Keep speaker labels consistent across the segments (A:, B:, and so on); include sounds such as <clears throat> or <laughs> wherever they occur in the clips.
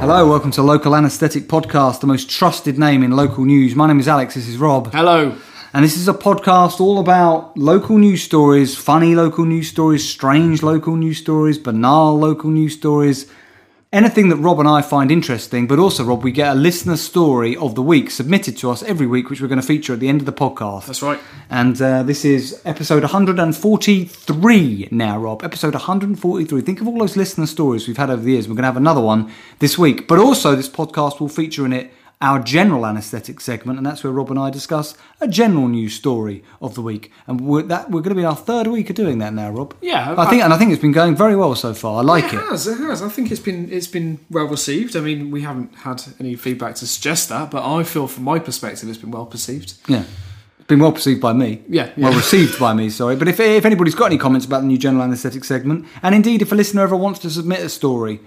A: Hello, welcome to Local Anesthetic Podcast, the most trusted name in local news. My name is Alex, this is Rob,
B: Hello.
A: and this is a podcast all about local news stories, funny local news stories, strange local news stories, banal local news stories, anything that Rob and I find interesting, but also, Rob, we get a listener story of the week submitted to us every week, which we're going to feature at the end of the podcast.
B: That's right.
A: And uh, this is episode 143 now, Rob. Episode 143. Think of all those listener stories we've had over the years. We're going to have another one this week. But also, this podcast will feature in it our general anaesthetic segment, and that's where Rob and I discuss a general news story of the week. And we're, that, we're going to be in our third week of doing that now, Rob.
B: Yeah,
A: I,
B: I-
A: think, and I think it's been going very well so far. I like
B: It
A: it.
B: has. It has. I think it's been it's been well received. I mean, we haven't had any feedback to suggest that, but I feel from my perspective, it's been well perceived.
A: Yeah. It's been well perceived by me.
B: Yeah, yeah.
A: Well received by me, sorry. But if, if anybody's got any comments about the new general anaesthetic segment, and indeed if a listener ever wants to submit a story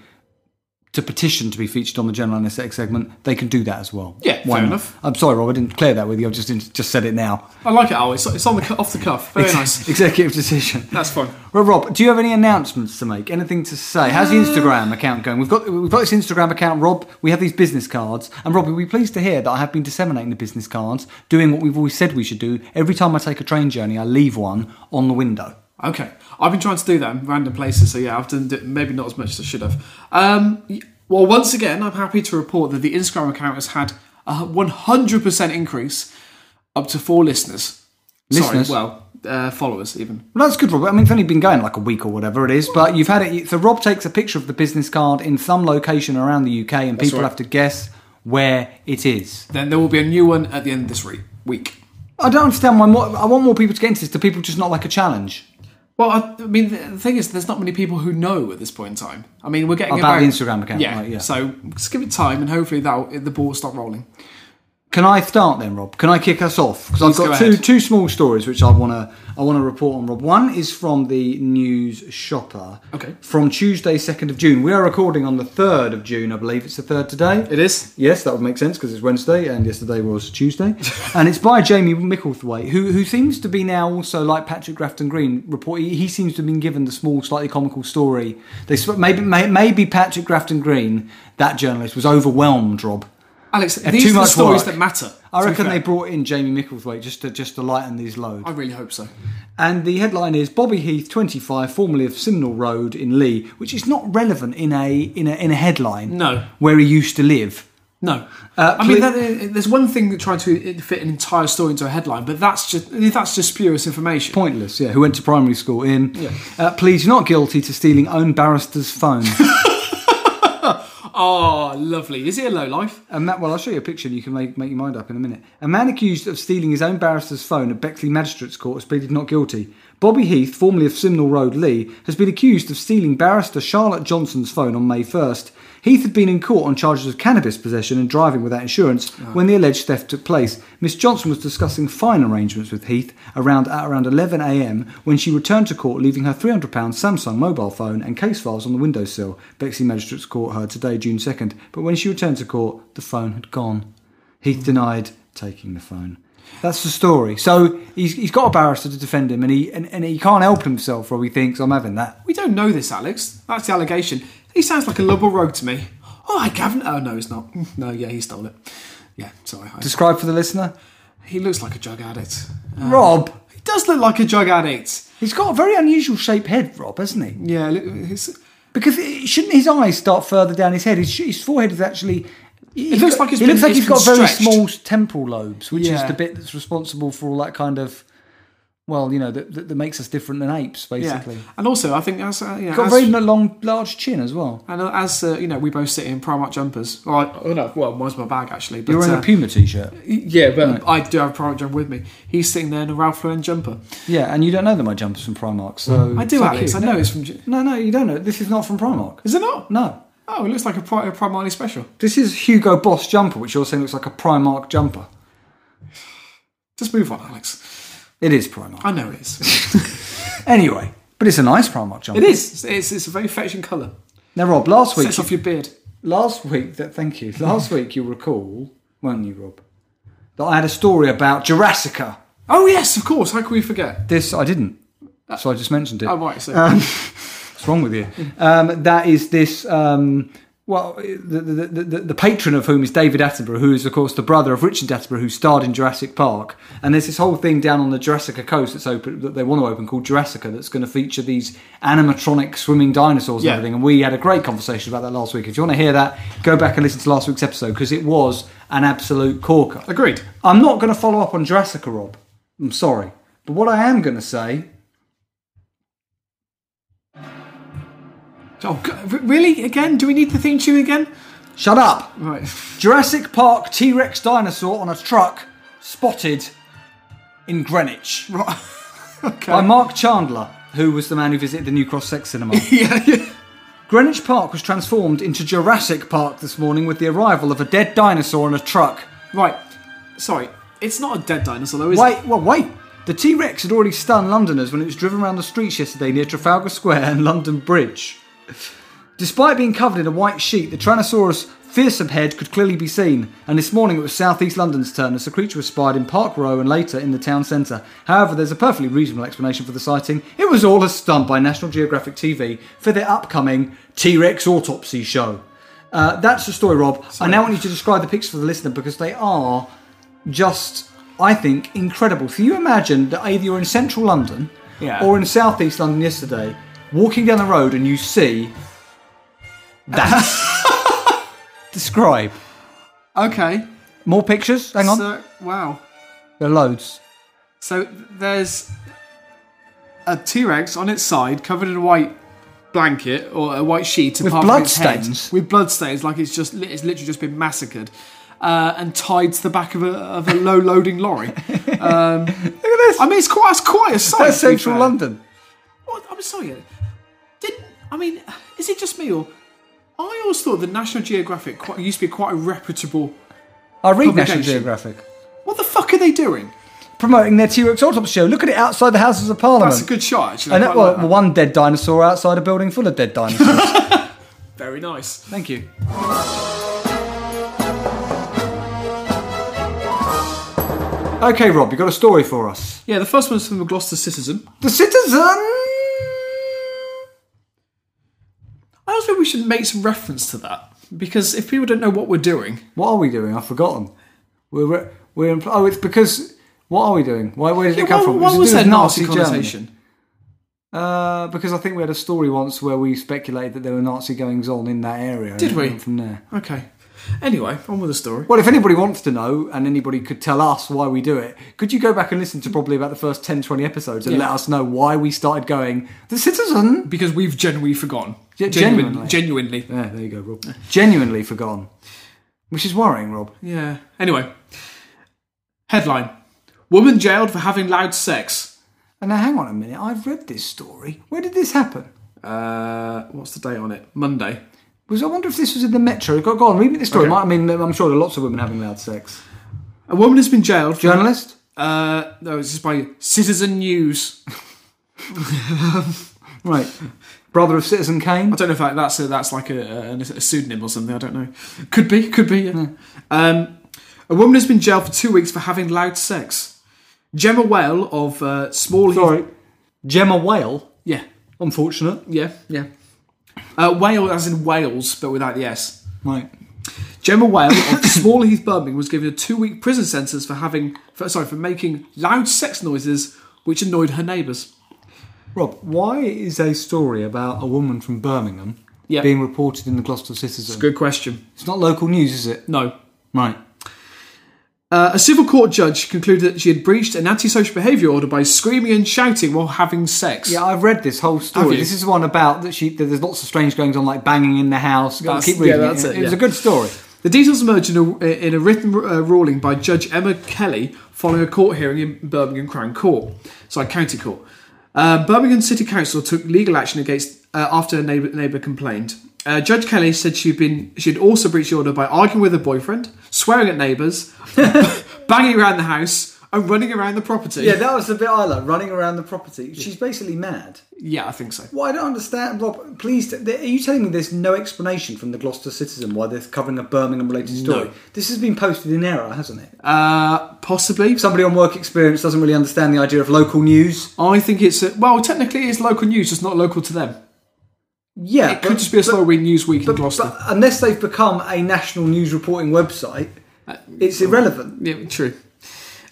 A: to petition to be featured on the general anaesthetic segment, they can do that as well.
B: Yeah, fair enough.
A: I'm sorry, Rob, I didn't clear that with you. I've just, just said it now.
B: I like it, Al. It's, it's on the cu- off the cuff. Very
A: <laughs>
B: nice.
A: Executive decision.
B: That's fine.
A: Well, Rob, do you have any announcements to make? Anything to say? How's the Instagram account going? We've got we've got this Instagram account, Rob. We have these business cards, and Rob, you'll be pleased to hear that I have been disseminating the business cards, doing what we've always said we should do. Every time I take a train journey, I leave one on the window.
B: Okay, I've been trying to do that in random places, so yeah, I've done d- maybe not as much as I should have. Um, y- well, once again, I'm happy to report that the Instagram account has had a hu- 100% increase, up to four listeners.
A: Listeners?
B: Sorry, well, uh, followers even.
A: Well, that's good, Rob. I mean, it's only been going like a week or whatever it is, but you've had it. So Rob takes a picture of the business card in some location around the UK, and people
B: right.
A: have to guess where it is.
B: Then there will be a new one at the end of this re- week.
A: I don't understand why. More, I want more people to get into this. Do people just not like a challenge?
B: Well, I, I mean, the the thing is, there's not many people who know at this point in time. I mean, we're getting
A: About the Instagram account,
B: yeah.
A: right, yeah.
B: So just give it time, and hopefully that the ball will stop rolling.
A: Can I start then, Rob? Can I kick us off? Because I've
B: Please
A: got
B: go
A: two
B: ahead.
A: two small stories which I want to I want to report on, Rob. One is from the News Shopper.
B: Okay.
A: From Tuesday, second of June. We are recording on the third of June, I believe. It's the third today.
B: It is.
A: Yes, that would make sense because it's Wednesday and yesterday was
B: <laughs>
A: Tuesday. and it's by Jamie Micklethwaite, who who seems to be now also like Patrick Grafton Green. Report he, he seems to have been given the small, slightly comical story. They sp- maybe may, maybe Patrick Grafton Green, that journalist, was overwhelmed, Rob.
B: Alex, these
A: too
B: are the
A: much
B: stories
A: work.
B: that matter.
A: I
B: to be
A: reckon
B: fair.
A: they brought in Jamie Micklethwaite just to just to lighten his load.
B: I really hope so.
A: And the headline is Bobby Heath, 25, formerly of Simnel Road in Lee, which is not relevant in a in a in a headline.
B: No.
A: where he used to live.
B: No,
A: Uh,
B: I mean,
A: ple-
B: that, there's one thing that trying to uh, fit an entire story into a headline, but that's just that's just spurious information.
A: Pointless, yeah. Who went to primary school in? Uh, pleads not guilty to stealing own barrister's phone.
B: Oh, lovely! Is he a low life?
A: And that, well, I'll show you a picture and you can make, make your mind up in a minute. A man accused of stealing his own barrister's phone at Bexley Magistrates Court has pleaded not guilty. Bobby Heath, formerly of Simnel Road, Lee, has been accused of stealing barrister Charlotte Johnson's phone on May 1st. Heath had been in court on charges of cannabis possession and driving without insurance when the alleged theft took place. Miss Johnson was discussing fine arrangements with Heath around at around 11 a.m. when she returned to court, leaving her 300 pound Samsung mobile phone and case files on the windowsill. Bexley Magistrates Court heard today, June 2nd. But when she returned to court, the phone had gone. Heath denied taking the phone. That's the story. So he's, he's got a barrister to defend him, and he and, and he can't help himself, or he thinks I'm having that.
B: We don't know this, Alex. That's the allegation. He sounds like a liberal rogue to me. Oh, I haven't. Oh no, he's not. <laughs> No, yeah, he stole it. Yeah, sorry. I-
A: Describe for the listener,
B: He looks like a drug addict. Uh,
A: Rob.
B: He does look like a drug addict.
A: He's got a very unusual shaped head, Rob, hasn't he?
B: Yeah, look, it's, it
A: Because it, shouldn't his eyes start further down his head? His, his forehead is actually. It
B: looks like
A: he
B: it's
A: looks
B: been-
A: like
B: it's
A: he's got
B: been
A: very
B: stretched.
A: small temporal lobes, which is
B: Yeah.
A: the bit that's responsible for all that kind of, well, you know, that, that, that makes us different than apes,
B: yeah.
A: basically.
B: And also, I think as uh, you know,
A: Got a
B: as,
A: very long, large chin as well.
B: and uh, as uh, you know, we both sit in Primark jumpers. Well, I, oh no, well, mine's my bag actually. But,
A: You're wearing
B: uh,
A: a Mm. Puma t-shirt.
B: yeah, but I do have a Primark jumper with me. He's sitting there in a Ralph Lauren jumper.
A: Yeah, and you don't know that my jumper's from Primark, so
B: I do,
A: fuck
B: Alex.
A: you.
B: I know it's from. J-
A: No, no, you don't know. This is not from Primark.
B: Is it not?
A: No,
B: Oh, it looks like a, Pri- a Primark special.
A: this is Hugo Boss jumper, which you're saying looks like a Primark jumper.
B: Just move on, Alex.
A: It is Primark.
B: I know it is.
A: Anyway, but it's a nice Primark jumper.
B: it is. It's, it's a very fetching colour.
A: Now, Rob, last week,
B: Sets off your beard.
A: last week that thank you last week you'll recall weren't you rob that i had a story about jurassica
B: Oh yes, of course. How can we forget?
A: this i didn't so i just mentioned it
B: Oh right, so
A: what's wrong with you um, that is this um, well, the, the, the, the patron of whom is David Attenborough, who is, of course, the brother of Richard Attenborough, who starred in Jurassic Park. And there's this whole thing down on the Jurassic coast that's open, that they want to open called Jurassica that's going to feature these animatronic swimming dinosaurs and
B: Yeah.
A: everything. And we had a great conversation about that last week. If you want to hear that, go back and listen to last week's episode because it was an absolute corker.
B: Agreed.
A: I'm not going to follow up on Jurassic Rob. I'm sorry. But what I am going to say.
B: Oh, God, re- really? Again? Do we need the theme tune again?
A: Shut up!
B: Right. <laughs>
A: Jurassic Park T Rex dinosaur on a truck spotted in Greenwich
B: Right. <laughs> okay.
A: by Mark Chandler, who was the man who visited the New Cross Sex Cinema.
B: <laughs> yeah, yeah.
A: Greenwich Park was transformed into Jurassic Park this morning with the arrival of a dead dinosaur on a truck.
B: Right. Sorry. It's not a dead dinosaur, though, is it?
A: Wait, well, wait. The T Rex had already stunned Londoners when it was driven around the streets yesterday near Trafalgar Square and London Bridge. Despite being covered in a white sheet, the Tyrannosaurus fearsome head could clearly be seen, and this morning it was South East London's turn as the creature was spied in Park Row and later in the town centre. However, there's a perfectly reasonable explanation for the sighting. It was all a stunt by National Geographic TV for their upcoming T Rex autopsy show. Uh, that's the story, Rob. I now want you to describe the pictures for the listener because they are just, I think, incredible. So you imagine that either you're in central London
B: Yeah.
A: or in southeast London yesterday, walking down the road and you see that. <laughs> Describe.
B: Okay.
A: More pictures? Hang on.
B: So, wow.
A: there are loads.
B: So there's a T Rex on its side, covered in a white blanket or a white sheet, with
A: blood
B: its head,
A: stains?
B: with blood stains, like it's just it's literally just been massacred, uh, and tied to the back of a of a low loading lorry.
A: <laughs>
B: Um, Look at
A: this.
B: I mean, it's quite it's quite a sight.
A: That's
B: to be
A: central
B: fair.
A: London.
B: What, I'm sorry. Did I mean? Is it just me or? I always thought the National Geographic quite, used to be quite a reputable.
A: I read National
B: Publication.
A: Geographic.
B: What the fuck are they doing?
A: Promoting their T Rex autopsy show. Look at it outside the Houses of Parliament.
B: That's a good shot, actually. I
A: and that,
B: quite
A: well,
B: like that.
A: one dead dinosaur outside a building full of dead dinosaurs.
B: Very nice.
A: Thank you. Okay, Rob, you got a story for us.
B: Yeah, the first one's from the Gloucester Citizen.
A: The citizen.
B: I also think we should make some reference to that because if people don't know what we're doing,
A: What are we doing? I've forgotten. We're we're, we're in, oh, it's because what are we doing? Why where did it come
B: why,
A: from?
B: why
A: It's to
B: was
A: do
B: there
A: with
B: Nazi
A: Germany.
B: connotation?
A: Uh, because I think we had a story once where we speculated that there were Nazi goings on in that area. and
B: Did
A: it
B: we?
A: went From there.
B: Okay. Anyway, on with the story.
A: Well, if anybody wants to know and anybody could tell us why we do it, could you go back and listen to probably about the first 10, 20 episodes and
B: Yeah.
A: let us know why we started going, the citizen?
B: Because we've genuinely forgotten.
A: Ge-
B: Genuine- genuinely.
A: Yeah, there you go, Rob. Genuinely forgone. Which is worrying, Rob.
B: Yeah. Anyway. Headline Woman jailed for having loud sex.
A: And now, hang on a minute. I've read this story. Where did this happen?
B: Uh, what's the date on it? Monday.
A: Was I wonder if this was in the metro? Go, go on, read me the story. I mean, I'm sure there are lots of women having loud sex.
B: A woman has been jailed. For,
A: Journalist?
B: uh, no, this is by Citizen News.
A: Right. Brother of Citizen Kane?
B: I don't know if that, that's a, that's like a, a, a pseudonym or something. I don't know. Could be, could be. Yeah. Um, a woman has been jailed for two weeks for having loud sex. Gemma Whale of uh, Small Heath-
A: Sorry. Gemma Whale?
B: yeah,
A: Unfortunate.
B: yeah, yeah. Uh, Whale as in Wales, but without the S.
A: Right.
B: Gemma Whale of Small Heath, Birmingham, was given a two-week prison sentence for having, for, sorry, for making loud sex noises which annoyed her neighbours.
A: Rob, why is a story about a woman from Birmingham
B: Yeah.
A: being reported in the Gloucester Citizen?
B: Good question.
A: It's not local news, is it?
B: No,
A: Right.
B: Uh, a civil court judge concluded that she had breached an antisocial behaviour order by screaming and shouting while having sex.
A: Yeah, I've read this whole
B: Have
A: story.
B: you?
A: This is one about that she. That there's lots of strange goings on, like banging in the house. Go-
B: That's-
A: keep
B: yeah,
A: reading.
B: that's
A: it.
B: it,
A: was
B: yeah.
A: a good story.
B: The details emerged in a, in a written uh, ruling by Judge Emma Kelly following a court hearing in Birmingham Crown Court, sorry, County Court. Uh, Birmingham City Council took legal action against uh, after a neighbour, neighbour complained. Uh, Judge Kelly said she'd been she'd also breached the order by arguing with her boyfriend, swearing at neighbours, <laughs> banging around the house, and running around the property.
A: that was the bit I like. Running around the property. She's basically mad.
B: yeah, I think so.
A: Well, I don't understand, Rob. Please, t- are you telling me there's no explanation from the Gloucester Citizen why they're covering a Birmingham-related story? This has been posted in error, hasn't it?
B: Uh, possibly.
A: Somebody on work experience doesn't really understand the idea of local news.
B: I think it's a, well, technically it's local news, just not local to them.
A: Yeah,
B: It could just be a slow win news week in Gloucester.
A: But unless they've become a national news reporting website, it's irrelevant.
B: Yeah, true.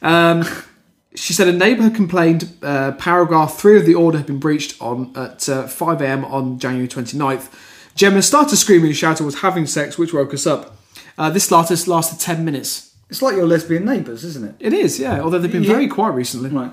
B: Um, <laughs> she said a neighbour had complained uh, paragraph 3 of the order had been breached on at uh, 5am on January 29th. Gemma started screaming and shouting was having sex, which woke us up. Uh, this latest lasted 10 minutes.
A: It's like your lesbian neighbours, isn't it?
B: It is, yeah, although they've been
A: Yeah.
B: very quiet recently.
A: Right.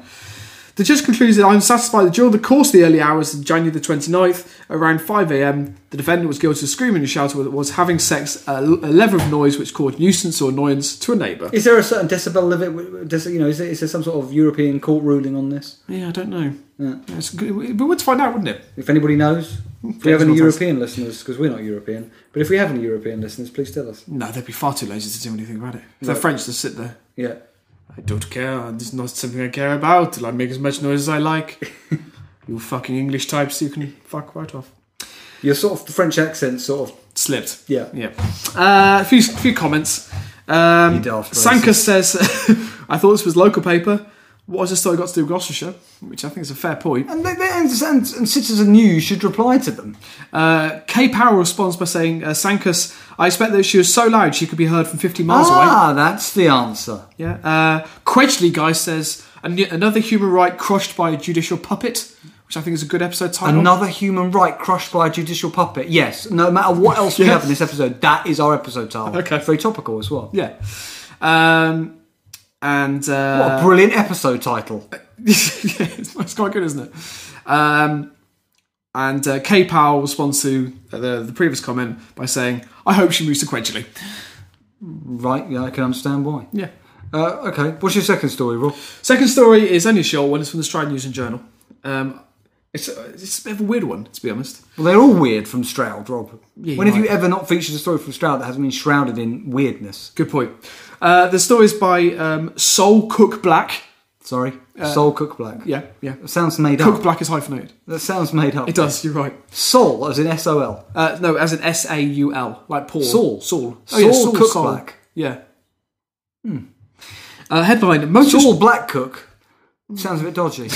B: The judge concludes that I'm satisfied that during the course of the early hours of January the 29th, around 5am, the defendant was guilty of screaming and shouting that was having sex at a level of noise which caused nuisance or annoyance to a neighbour.
A: Is there a certain decibel limit? Does, you know, is there, is there some sort of European court ruling on this?
B: Yeah, I don't know.
A: Yeah.
B: Yeah, it's good. It'd be good to find out, wouldn't it?
A: If anybody knows, if we
B: Yeah,
A: have any
B: it's not us.
A: European listeners, because we're not European, but if we have any European listeners, please tell us.
B: No, they'd be far too lazy to do anything about it. If they're
A: Right.
B: French, they sit there.
A: Yeah.
B: I don't care. This is not something I care about. till I make as much noise as
A: <laughs>
B: I like. you fucking English types, you can fuck right off.
A: Your sort of the French accent, sort of.
B: Slipped.
A: Yeah.
B: Yeah. Uh, a few, few comments.
A: You
B: Um,
A: daft
B: Sanka says, <laughs> I thought this was local paper. What has this story got to do with Gloucestershire? Which I think is a fair point.
A: And, they, they, and, and, and Citizen News should reply to them.
B: Uh, Kay Power responds by saying, uh, Sankus, I expect that she was so loud she could be heard from 50 miles away.
A: Ah, that's the answer.
B: Yeah. Uh, Quedgley guy says "An- another human right crushed by a judicial puppet, which I think is a good episode title.
A: Another human right crushed by a judicial puppet. Yes, no matter what else we
B: Yeah.
A: have in this episode, that is our episode title.
B: Okay.
A: Very topical as well.
B: yeah. Um, and
A: What a
B: uh,
A: brilliant episode title.
B: yeah, it's it's quite good, isn't it? Um, and uh, Kay Powell responds to uh, the, the previous comment by saying, "I hope she moves to Quedgley."
A: Right, yeah, I can understand why.
B: Yeah.
A: Uh, okay, what's your second story, Rob?
B: Second story is only a short one. It's from the Stride News and Journal. Um, it's, it's a bit of a weird one, to be honest.
A: Well, they're all weird from Stroud, Rob.
B: Yeah,
A: when
B: you're
A: have you
B: right.
A: ever not featured a story from Stroud that hasn't been shrouded in weirdness?
B: Good point. Uh, the story is by um, Soul Cook Black.
A: Sorry,
B: Uh,
A: Soul Cook Black.
B: Yeah, yeah.
A: That sounds made
B: Cook
A: up.
B: Black is hyphenated.
A: That sounds made up.
B: It does. You're right.
A: Soul, as in S O L.
B: Uh, no, as an S A U L, like Paul. Oh,
A: Saul.
B: Saul.
A: Saul Cook Black.
B: Yeah. Hmm. Uh, headline: Motor.
A: Saul Black Cook. Sounds a bit dodgy.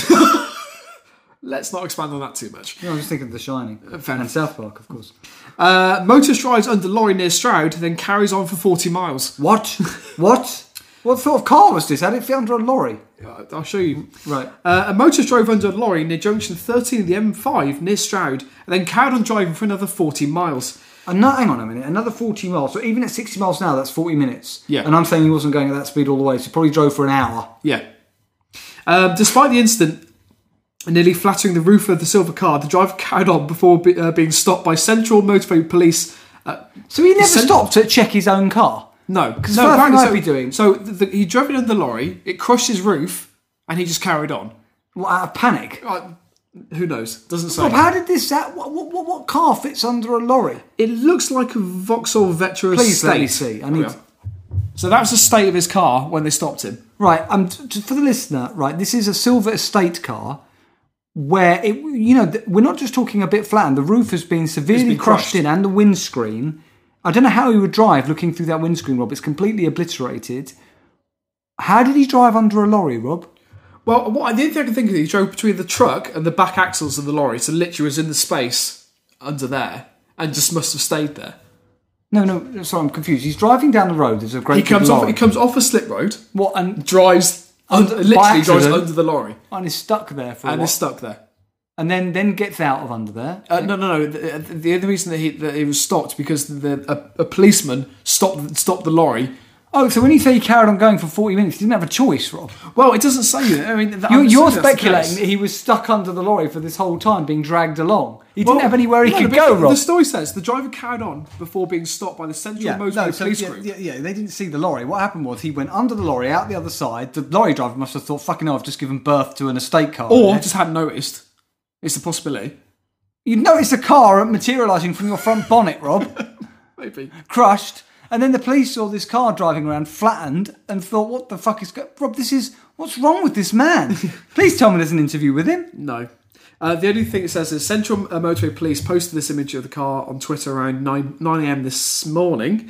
B: Let's not expand on that too much.
A: no, I'm just thinking of The Shining.
B: Uh, fair
A: and
B: enough.
A: South Park, of course.
B: Uh, motor strides under lorry near Stroud, then carries on for 40 miles.
A: What? what? What sort of car was this? How did it fit under a lorry?
B: Uh, I'll show you.
A: Right.
B: Uh, a motor drove under a lorry near junction 13 of the M5 near Stroud, and then carried on driving for another 40 miles.
A: Ano- Uh, hang on a minute. Another 40 miles. So even at 60 miles an hour, that's 40 minutes.
B: Yeah.
A: And I'm saying he wasn't going at that speed all the way, so he probably drove for an hour.
B: Yeah. Um, despite the incident nearly flattering the roof of the silver car, the driver carried on before be, uh, being stopped by Central Motorway Police.
A: So he never
B: Sen-
A: stopped to check his own car.
B: No,
A: it's
B: no,
A: what I
B: apparently
A: think I'd
B: so-
A: be doing.
B: So the, the, he drove it under the lorry. It crushed his roof, and he just carried on.
A: What, out of panic?
B: Uh, who knows? Doesn't say.
A: Rob, how did this... That, what, what, what, what car fits under a lorry?
B: It looks like a Vauxhall Vectra
A: Please
B: estate.
A: let me see. I
B: There we
A: need...
B: are. So that was the state of his car when they stopped him.
A: Right, um, t- t- for the listener, right, this is a silver estate car where it, you know, th- we're not just talking a bit flattened. The roof has been severely crushed.
B: crushed.
A: in, and the windscreen. I don't know how he would drive looking through that windscreen, Rob. It's completely obliterated. How did he drive under a lorry, Rob?
B: Well, what I did think I could think of, he drove between the truck and the back axles of the lorry, so literally was in the space under there, and just must have stayed there.
A: No, no, sorry, I'm confused. He's driving down the road. There's a great
B: He comes
A: big
B: off.
A: lorry.
B: He comes off a slip road,
A: what and,
B: drives under,
A: By
B: literally drives
A: accident.
B: under the lorry,
A: and is stuck there for a
B: and
A: while,
B: is stuck there.
A: and then then gets out of under there.
B: Uh, no, no, no. The, the other reason that he, that he was stopped because the, a, a policeman stopped stopped the lorry.
A: Oh, so when you say he carried on going for 40 minutes, he didn't have a choice, Rob.
B: Well, it doesn't say that. I mean, th- I'm
A: You're, you're
B: assuming that's the
A: speculating that
B: case.
A: he was stuck under the lorry for this whole time, being dragged along. He didn't
B: Well,
A: have anywhere he
B: no,
A: could
B: but
A: go,
B: the-
A: Rob.
B: The story says the driver carried on before being stopped by the Central Motorway Police
A: yeah,
B: Group.
A: yeah, yeah, they didn't see the lorry. What happened was he went under the lorry, out the other side. The lorry driver must have thought, "Fucking hell, I've just given birth to an estate car."
B: Or
A: there."
B: just hadn't noticed. It's a possibility.
A: you notice the car materialising from your front bonnet,
B: <laughs>
A: Rob,
B: Maybe.
A: crushed, and then the police saw this car driving around flattened and thought, "What the fuck is go- Rob? This is what's wrong with this
B: <laughs>
A: man? Please tell me there's an interview with him."
B: No. Uh, the only thing it says is Central uh, Motorway Police posted this image of the car on Twitter around 9, 9 a.m. this morning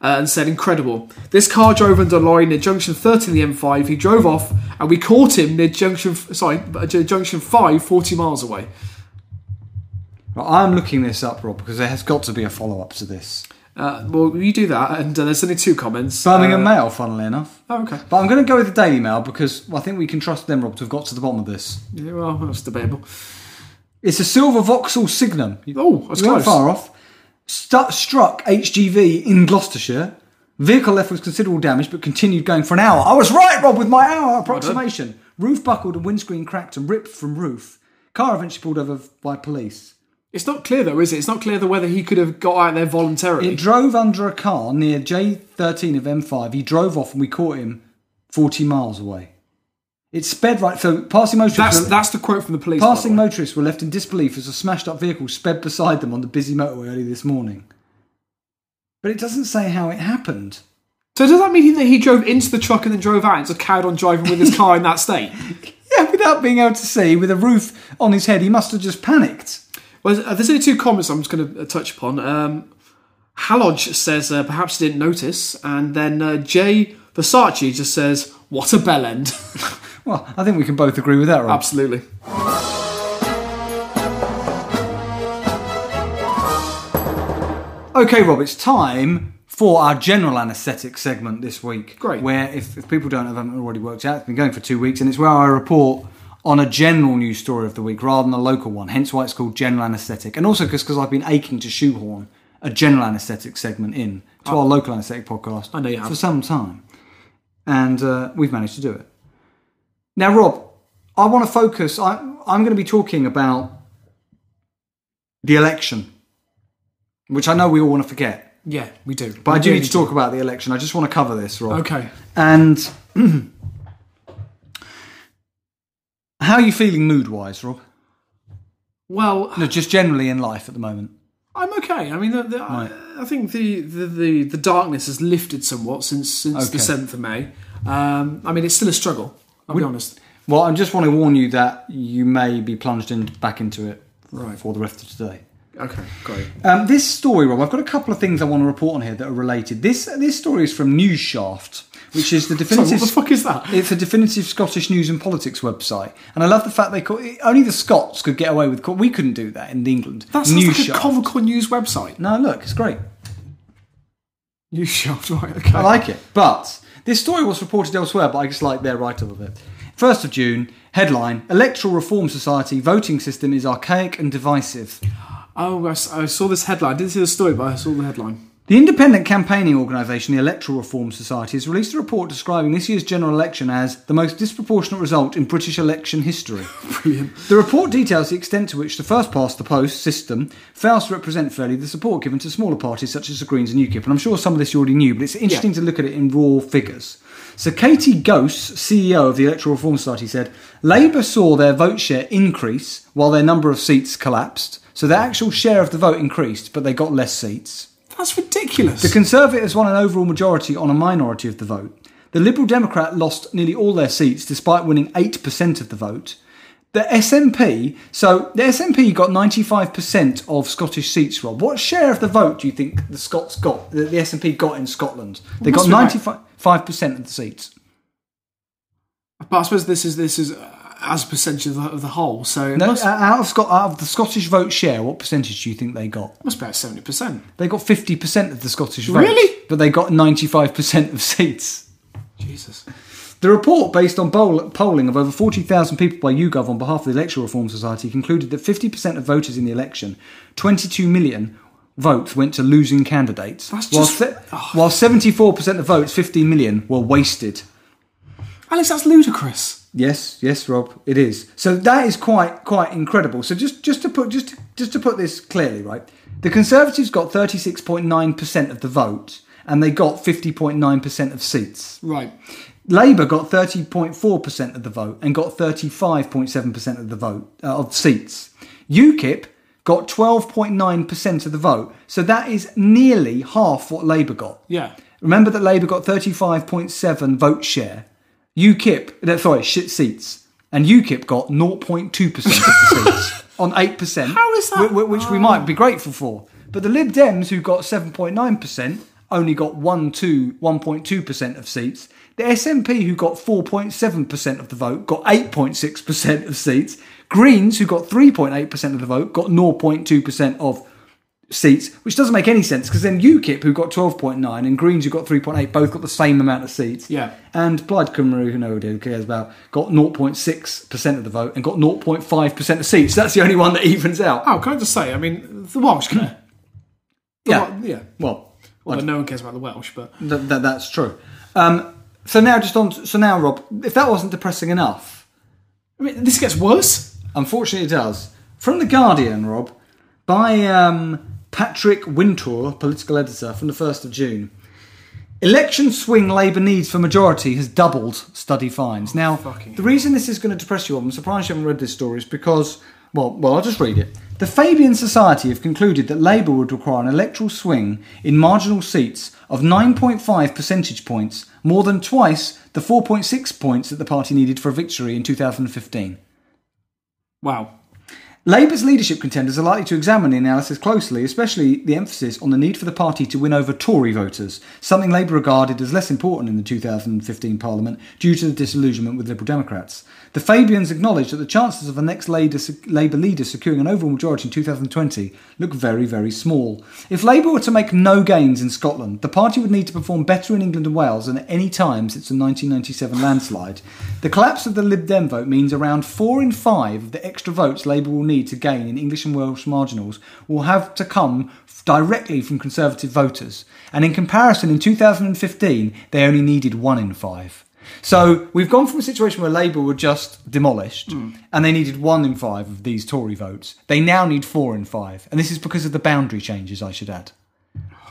B: uh, and said, Incredible. This car drove under a lorry near junction 30 in the M5. He drove off and we caught him near junction, f- sorry, uh, junction 5, 40 miles away.
A: Right, I'm looking this up, Rob, because there has got to be a follow up to this.
B: Uh, well, you do that, and uh, there's only two comments.
A: Birmingham
B: uh,
A: Mail, funnily enough.
B: Oh, okay.
A: But I'm going to go with the Daily Mail because I think we can trust them, Rob, to have got to the bottom of this.
B: Yeah, well, that's debatable.
A: It's a silver Vauxhall Signum. You
B: Oh, that's
A: you weren't
B: close.
A: far off. Stu struck HGV in Gloucestershire. Vehicle left with considerable damage, but continued going for an hour. I was right, Rob, with my hour approximation. Roof buckled and windscreen cracked and ripped from roof. Car eventually pulled over by police.
B: It's not clear though, is it? It's not clear though whether he could have got out there voluntarily.
A: It drove under a car near J13 of M5. He drove off and we caught him 40 miles away. It sped right. So passing motorists.
B: that's
A: were-
B: that's the quote from the police. by the
A: Passing
B: way.
A: motorists were left in disbelief as a smashed up vehicle sped beside them on the busy motorway early this morning. But it doesn't say how it happened.
B: so does that mean that he drove into the truck and then drove out and just carried on driving with his car in that <laughs> state?
A: Yeah, without being able to see, with a roof on his head, he must have just panicked.
B: Well, there's- uh, there's only two comments I'm just going to uh, touch upon. Um, Halodge says uh, perhaps he didn't notice, and then uh, Jay Versace just says, "What a bell end!" <laughs>
A: Well, I think we can both agree with that, Rob.
B: Absolutely.
A: Okay, Rob, it's time for our general anaesthetic segment this week.
B: Great.
A: Where, if, if people don't have haven't already worked out, it's been going for two weeks, and it's where I report on a general news story of the week rather than a local one, hence why it's called general anaesthetic. And also because I've been aching to shoehorn a general anaesthetic segment in to our local anaesthetic podcast
B: I know you have.
A: for some time. And uh, we've managed to do it. Now, Rob, I want to focus. I, I'm going to be talking about the election, which I know we all want to forget.
B: Yeah, we do.
A: But I
B: We
A: do need to talk about the election. I just want to cover this, Rob.
B: Okay.
A: And <clears throat> how are you feeling mood wise, Rob?
B: Well,
A: No, just generally in life at the moment.
B: I'm okay. I mean, the, the, I, I think the, the, the, the darkness has lifted somewhat since since
A: Okay.
B: the seventh of May. Um, I mean, it's still a struggle. I'll be honest.
A: Well, I just want to warn you that you may be plunged in, back into it
B: Right.
A: for the rest of today.
B: Okay, great.
A: Um, this story, Rob, I've got a couple of things I want to report on here that are related. This this story is from News Shaft, which is
B: <laughs>
A: the
B: So
A: definitive.
B: what the fuck is that?
A: It's a definitive Scottish news and politics website, and I love the fact they call only the Scots could get away with. Call, we couldn't do that in England.
B: That sounds
A: news
B: like
A: Shaft.
B: a comical news website.
A: no, look, it's great.
B: News shaft, <laughs> right? Okay.
A: I like it. But this story was reported elsewhere, but I just like their write up of it. 1st of June, headline Electoral Reform Society voting system is archaic and divisive.
B: oh, I, s- I saw this headline. I didn't see the story, but I saw the headline. <laughs>
A: The independent campaigning organisation, the Electoral Reform Society, has released a report describing this year's general election as the most disproportionate result in British election history.
B: Brilliant.
A: The report details the extent to which the first past the post system fails to represent fairly the support given to smaller parties such as the Greens and UKIP. And I'm sure some of this you already knew, but it's interesting to look at it in raw figures. So Katie Ghost, CEO of the Electoral Reform Society, said Labour saw their vote share increase while their number of seats collapsed. So their actual share of the vote increased, but they got less seats.
B: That's ridiculous.
A: The Conservatives won an overall majority on a minority of the vote. The Liberal Democrat lost nearly all their seats despite winning 8% of the vote. The SNP, so the SNP got 95% of Scottish seats, Rob. What share of the vote do you think the Scots got, the, the SNP got in Scotland? They
B: Must
A: got
B: be right.
A: 95% of the seats.
B: but I suppose this is this is uh, as a percentage of the, of the whole. So it
A: No,
B: must,
A: uh, out, of Scot- out of the Scottish vote share, what percentage do you think they got?
B: must be about seventy percent.
A: They got 50% of the Scottish vote.
B: Really?
A: But they got 95% of seats.
B: Jesus.
A: The report, based on poll- polling of over 40,000 people by YouGov on behalf of the Electoral Reform Society, concluded that 50% of voters in the election, 22 million votes, went to losing candidates,
B: That's
A: while,
B: just-
A: se- while 74% of votes, 15 million, were wasted.
B: Alex, that's ludicrous.
A: Yes, yes, Rob, it is. So that is quite quite incredible. So just just to put just to, just to put this clearly, right? The Conservatives got 36.9% of the vote, and they got 50.9% of seats.
B: Right.
A: Labour got 30.4% of the vote and got 35.7% of the vote uh, of seats. UKIP got 12.9% of the vote. So that is nearly half what Labour got.
B: Yeah.
A: Remember that Labour got 35.7 vote share. UKIP, no, sorry, shit seats. And UKIP got 0.2% of the
B: <laughs>
A: seats on 8%.
B: How is that? Oh.
A: whi- whi- Which, we might be grateful for. But the Lib Dems, who got 7.9%, only got 1, 2, 1.2% of seats. The SNP, who got 4.7% of the vote, got 8.6% of seats. Greens, who got 3.8% of the vote, got 0.2% of seats, which doesn't make any sense because then UKIP, who got 12.9, and Greens, who got 3.8, both got the same amount of seats.
B: Yeah.
A: And Plaid Cymru, who nobody who cares about, got 0.6% of the vote and got 0.5% of seats. That's the only one that evens out.
B: Oh, can I just say? I mean, the Welsh. Can I?
A: yeah.
B: yeah.
A: Well,
B: Well, no one cares about the Welsh, but
A: Th- th- that's true. Um, so now, just on. So now, Rob, if that wasn't depressing enough,
B: I mean, this gets worse.
A: unfortunately, it does. From the Guardian, Rob, by um, Patrick Wintour, political editor, from the first of June. Election swing Labour needs for majority has doubled, study finds. Now,
B: fucking
A: the reason this is going to depress you, I'm surprised you haven't read this story, is because, well, well, I'll just read it. The Fabian Society have concluded that Labour would require an electoral swing in marginal seats of 9.5 percentage points, more than twice the 4.6 points that the party needed for a victory in 2015.
B: Wow.
A: Labour's leadership contenders are likely to examine the analysis closely, especially the emphasis on the need for the party to win over Tory voters, something Labour regarded as less important in the 2015 Parliament due to the disillusionment with Liberal Democrats. The Fabians acknowledge that the chances of the next Labour Labour leader securing an overall majority in 2020 look very, very small. If Labour were to make no gains in Scotland, the party would need to perform better in England and Wales than at any time since the 1997 landslide. The collapse of the Lib Dem vote means around four in five of the extra votes Labour will need to gain in English and Welsh marginals will have to come f- directly from Conservative voters. And in comparison, in 2015, they only needed one in five. So we've gone from a situation where Labour were just demolished and they needed one in five of these Tory votes. They now need four in five. And this is because of the boundary changes, I should add.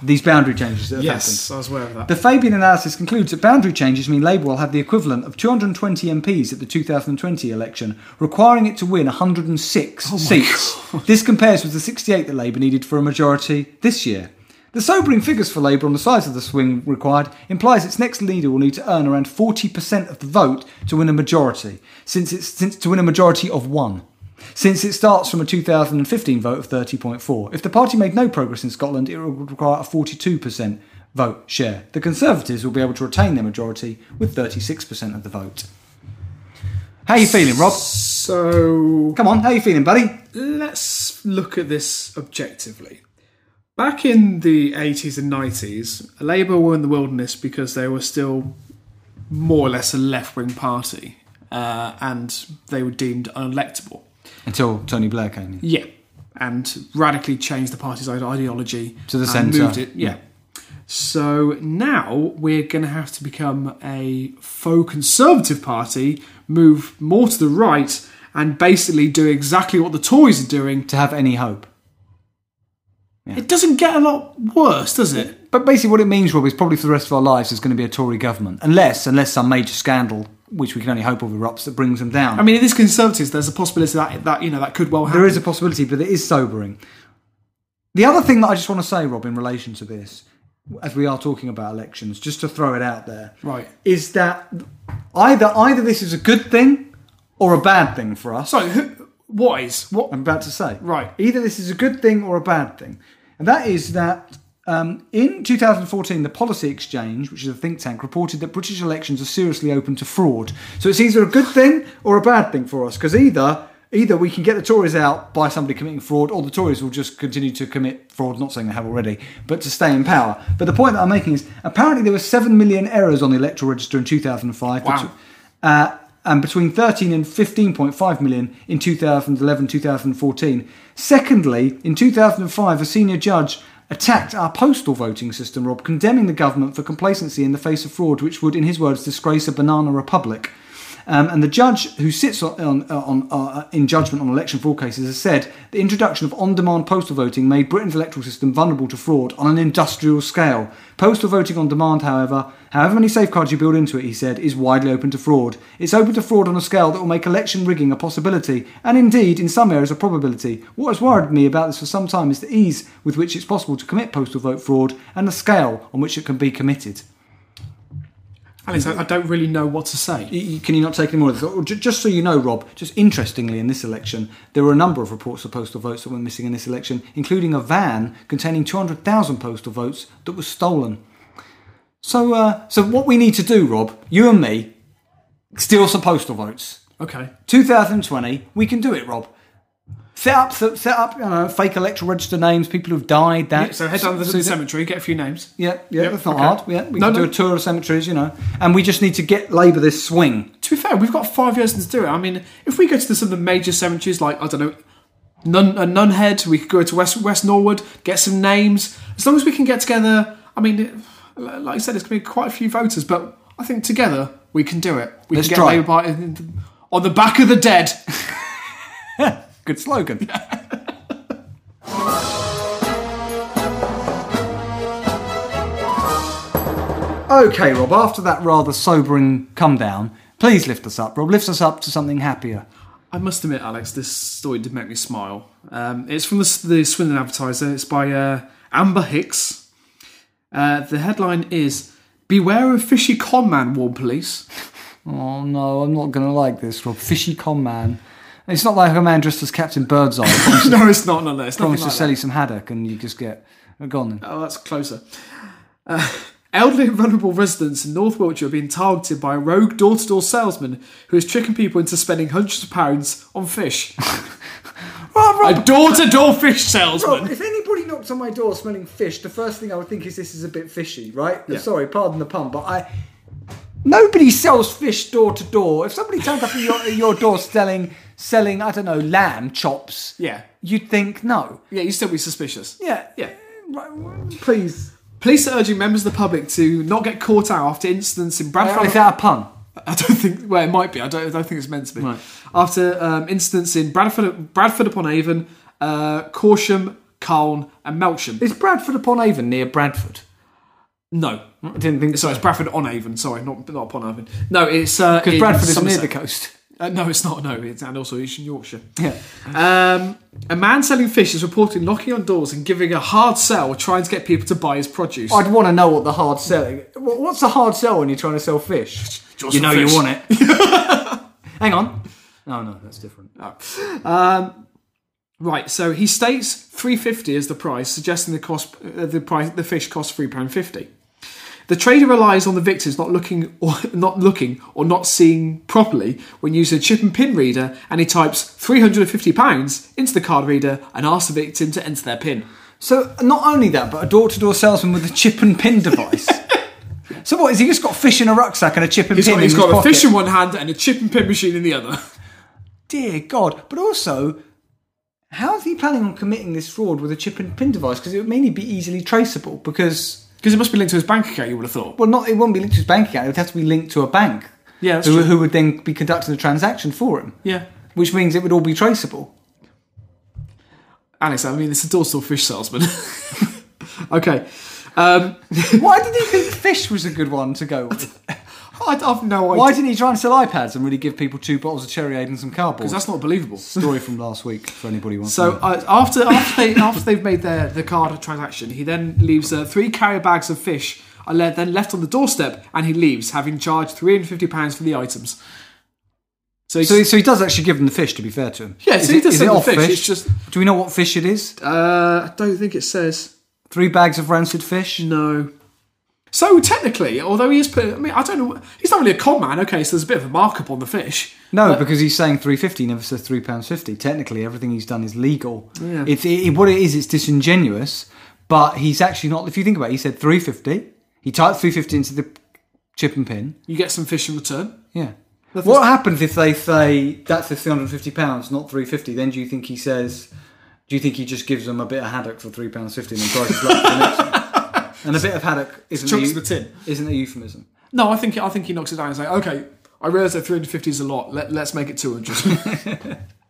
A: These boundary changes that have happened.
B: Yes, I was aware of that.
A: The Fabian analysis concludes that boundary changes mean Labour will have the equivalent of 220 MPs at the 2020 election, requiring it to win 106 seats. This compares with the 68 that Labour needed for a majority this year. The sobering figures for Labour on the size of the swing required implies its next leader will need to earn around 40% of the vote to win a majority, since it's since to win a majority of one since it starts from a 2015 vote of 30.4. If the party made no progress in Scotland, it would require a 42% vote share. The Conservatives will be able to retain their majority with 36% of the vote. How you feeling, Rob?
B: So
A: Come on, how you feeling, buddy?
B: let's look at this objectively. Back in the 80s and 90s, Labour were in the wilderness because they were still more or less a left wing party uh, and they were deemed unelectable.
A: Until Tony Blair came in.
B: Yeah, and radically changed the party's ide- ideology
A: To the
B: and
A: centre.
B: Moved it, yeah. So now we're going to have to become a faux conservative party, move more to the right, and basically do exactly what the Tories are doing.
A: To have any hope.
B: It doesn't get a lot worse, does it?
A: But basically, what it means, Rob, is probably for the rest of our lives there's going to be a Tory government. Unless, unless some major scandal, which we can only hope of erupts, that brings them down.
B: I mean, it is conservatives. There's a possibility that that you know that could well happen.
A: There is a possibility, but it is sobering. The other thing that I just want to say, Rob, in relation to this, as we are talking about elections, just to throw it out there,
B: Right.
A: is that either either this is a good thing or a bad thing for us.
B: So who, what is what?
A: I'm about to say.
B: Right.
A: Either this is a good thing or a bad thing. And that is that um, in 2014, the Policy Exchange, which is a think tank, reported that British elections are seriously open to fraud. So it's either a good thing or a bad thing for us, because either either we can get the Tories out by somebody committing fraud, or the Tories will just continue to commit fraud. Not saying they have already, but to stay in power. But the point that I'm making is apparently there were seven million errors on the electoral register in 2005.
B: Wow.
A: Uh, and between 13 and 15.5 million in 2011 2014. Secondly, in 2005, a senior judge attacked our postal voting system, Rob, condemning the government for complacency in the face of fraud, which would, in his words, disgrace a banana republic. Um, and the judge who sits on, on, on uh, in judgment on election fraud cases has said the introduction of on-demand postal voting made Britain's electoral system vulnerable to fraud on an industrial scale. Postal voting on demand, however, however many safeguards you build into it, he said, is widely open to fraud. It's open to fraud on a scale that will make election rigging a possibility, and indeed, in some areas, a probability. What has worried me about this for some time is the ease with which it's possible to commit postal vote fraud and the scale on which it can be committed.
B: Alex, I, I don't really know what to say.
A: Y- y- Can you not take any more of this? Or ju- Just so you know, Rob, just interestingly in this election, there were a number of reports of postal votes that were missing in this election, including a van containing 200,000 postal votes that was stolen. So, uh, so what we need to do, Rob, you and me, steal some postal votes.
B: Okay.
A: 2020, we can do it, Rob. Set up, set up, you know, fake electoral register names, people who've died. That
B: So head down to
A: Uh, so
B: the
A: that-
B: cemetery, get a few names.
A: Yeah, yeah,
B: Yep,
A: that's not
B: okay.
A: hard. Yeah, we
B: No,
A: can do
B: no.
A: a tour of cemeteries, you know, and we just need to get Labour this swing.
B: To be fair, we've got five years to do it. I mean, if we go to some of the major cemeteries, like I don't know, Nun uh, Nunhead, we could go to West West Norwood, get some names. As long as we can get together, I mean, like I said, it's going to be quite a few voters, but I think together we can do it. We
A: Let's
B: can get
A: try.
B: Labour Party in the- on the back of the dead. <laughs>
A: Good slogan. okay, Rob. After that rather sobering come down, please lift us up, Rob. Lift us up to something happier.
B: I must admit, Alex, this story did make me smile. Um, it's from the, the Swindon Advertiser. It's by uh, Amber Hicks. Uh, the headline is "Beware of fishy con man," warn police.
A: Oh no, I'm not going to like this, Rob. Fishy con man. It's not like a man dressed as Captain
B: <laughs>
A: Birdseye. I
B: no, it's not. No, no, it's not.
A: promise to sell you some haddock, and you just get gone. Then.
B: Oh, that's closer. Uh, <laughs> elderly and vulnerable residents in North Wiltshire are being targeted by a rogue door-to-door salesman who is tricking people into spending hundreds of pounds on fish.
A: Rob,
B: a
A: <laughs>
B: door-to-door fish salesman.
A: If anybody knocked on my door smelling fish, the first thing I would think is this is a bit fishy, right?
B: Yeah.
A: Sorry, pardon the pun, but I. Nobody sells fish door to door. If somebody turned up at your, at your door selling, selling, I don't know, lamb chops,
B: Yeah,
A: you'd think no.
B: yeah, you'd still be suspicious.
A: Yeah,
B: Yeah.
A: Right, well, please.
B: Police are urging members of the public to not get caught out after incidents in Bradford.
A: Is that a pun?
B: I don't think. Well, it might be. I don't. I don't think it's meant to be. After um, incidents in Bradford, Bradford upon Avon, uh, Corsham, Calne, and Melksham.
A: Is Bradford upon Avon near Bradford?
B: no,
A: Hmm? I didn't think so.
B: Sorry, it's Bradford on Avon. Sorry, not not upon Avon. No, it's uh,
A: Because
B: in
A: Bradford is near
B: Somerset.
A: the coast.
B: Uh, no, it's not. No, it's and also it's in Yorkshire.
A: Yeah.
B: Um, a man selling fish is reportedly knocking on doors and giving a hard sell, trying to get people to buy his produce.
A: I'd want to know what the hard selling. wha- What's the hard sell when you're trying to sell fish?
B: Just some fish.
A: it. <laughs> Hang on. Oh no, that's different.
B: Right, so he states three fifty as the price, suggesting the cost uh, the price the fish costs three pound fifty. The trader relies on the victims not looking or <laughs> not looking or not seeing properly when using a chip and pin reader, and he types three hundred and fifty pounds into the card reader and asks the victim to enter their pin.
A: So not only that, but a door-to-door salesman with a chip and pin device. <laughs> so what? Has he just got fish in a rucksack and a chip and
B: He's
A: pin?
B: got,
A: in
B: he's
A: his
B: got a
A: pocket?
B: fish in one hand and a chip and pin machine in the <laughs> other.
A: Dear God! But also, how is he planning on committing this fraud with a chip and pin device? Because it would mainly be easily traceable. Because
B: Because it must be linked to his bank account, you would have thought.
A: well, not it wouldn't be linked to his bank account. It would have to be linked to a bank.
B: Yeah, that's
A: who,
B: true.
A: who would then be conducting the transaction for him,
B: Yeah.
A: which means it would all be traceable.
B: Alex, I mean, it's a dorsal fish salesman. <laughs> okay. Um,
A: Why did he think fish was a good one to go with?
B: I have no idea.
A: Why didn't he try and sell iPads and really give people two bottles of Cherry Aid and some cardboard?
B: That's not believable.
A: story from last week for anybody who wants.
B: So uh, after after they after they've made their the card transaction, he then leaves uh, three carrier bags of fish are le- then left on the doorstep, and he leaves, having charged three hundred fifty pounds for the items. So, he's,
A: so, he- so he does actually give them the fish. To be fair to him,
B: Yeah, so he does sell the
A: off
B: fish, it's just-
A: do we know what fish it is?
B: uh, I don't think it says
A: Three bags of rancid fish.
B: no. So technically, although he is put, I mean, I don't know, he's not really a con man. Okay, so there's a bit of a markup on the fish.
A: No, because he's saying three fifty. Never says three pounds fifty. Technically, everything he's done is legal.
B: Yeah.
A: It's it, what it is. It's disingenuous, but he's actually not. If you think about it, he said three fifty. He typed three fifty into the chip and pin.
B: You get some fish in return.
A: Yeah. What happens if they say that's the three hundred and fifty pounds, not three fifty? Then do you think he says? Do you think he just gives them a bit of haddock for three pounds fifty and then tries to luck for the next one? And a bit of haddock isn't a,
B: Chunks of
A: eu-
B: the tin.
A: isn't a euphemism.
B: No, I think I think he knocks it down and say, okay, I realise that 350 is a lot. Let, let's make it 200. <laughs>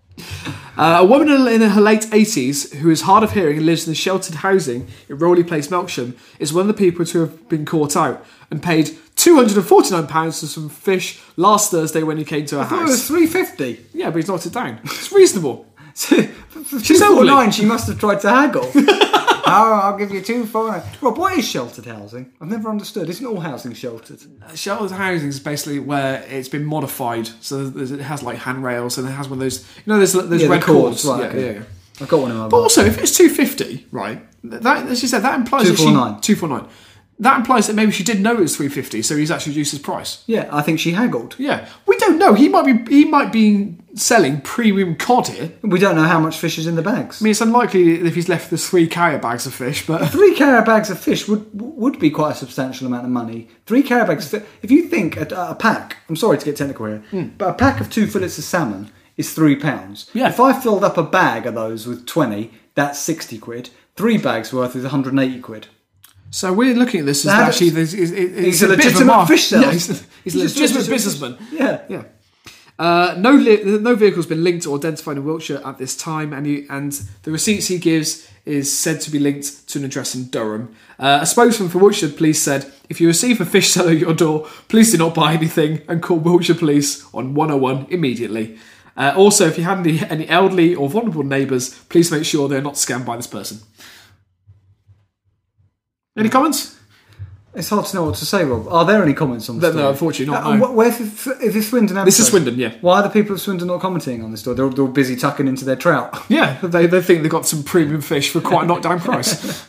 B: uh, a woman in her late 80s who is hard of hearing and lives in sheltered housing in Rowley Place, Melksham, is one of the people to have been caught out and paid £249 for some fish last Thursday when he came to her
A: Oh, it was
B: house.
A: three fifty.
B: Yeah, but he's knocked it down. It's reasonable.
A: <laughs> She's
B: elderly.
A: nine. She must have tried to haggle. oh, I'll give you two four nine. Rob, what is sheltered housing? I've never understood. Isn't all housing sheltered?
B: <laughs> Sheltered housing is basically where it's been modified, so there's- it has like handrails and it has one of those, you know, there's those
A: Yeah, the
B: red
A: cords, right,
B: cords. Yeah,
A: okay.
B: yeah, yeah.
A: I've got one in my.
B: But
A: Box.
B: also, if it's two fifty, right? That as you said, that implies that she-
A: 249.
B: 249. That implies that maybe she did know it was 350, so he's actually reduced his price.
A: Yeah, I think she haggled.
B: Yeah, we don't know. He might be he might be selling premium cod here.
A: We don't know how much fish is in the bags.
B: I mean, it's unlikely if he's left the three carrier bags of fish, but <laughs>
A: Three carrier bags of fish would would be quite a substantial amount of money. Three carrier bags. Of fi- if you think a, a pack, I'm sorry to get technical here,
B: Hmm.
A: but a pack of two fillets of salmon is three pounds.
B: Yeah.
A: If I filled up a bag of those with twenty, that's sixty quid. Three bags worth is 180 quid.
B: so we're looking at this as
A: That-
B: actually this is, it, it's
A: He's a
B: bit of
A: legitimate
B: mar-
A: fish seller.
B: Yeah, he's, a- he's a
A: He's a
B: legitimate
A: legitimate-
B: businessman.
A: Yeah.
B: Yeah. Uh, no, li- no vehicle's been linked or identified in Wiltshire at this time, and he, and the receipts he gives is said to be linked to an address in Durham. Uh, a spokesman for Wiltshire Police said, "If you receive a fish <laughs> seller at your door, please do not buy anything and call Wiltshire Police on 101 immediately." Uh, also, if you have any, any elderly or vulnerable neighbours, please make sure they're not scammed by this person. Any comments?
A: It's hard to know what to say, Rob. Are there any comments on
B: No,
A: this?
B: no, unfortunately not,
A: Uh,
B: no.
A: wh- Where, if, if it's Swindon
B: This is
A: advertised,
B: Swindon, yeah.
A: Why are the people of Swindon not commenting on this story? They're, all- they're all busy tucking into their trout. <laughs>
B: Yeah, they, they think they got some premium fish for quite a knockdown price.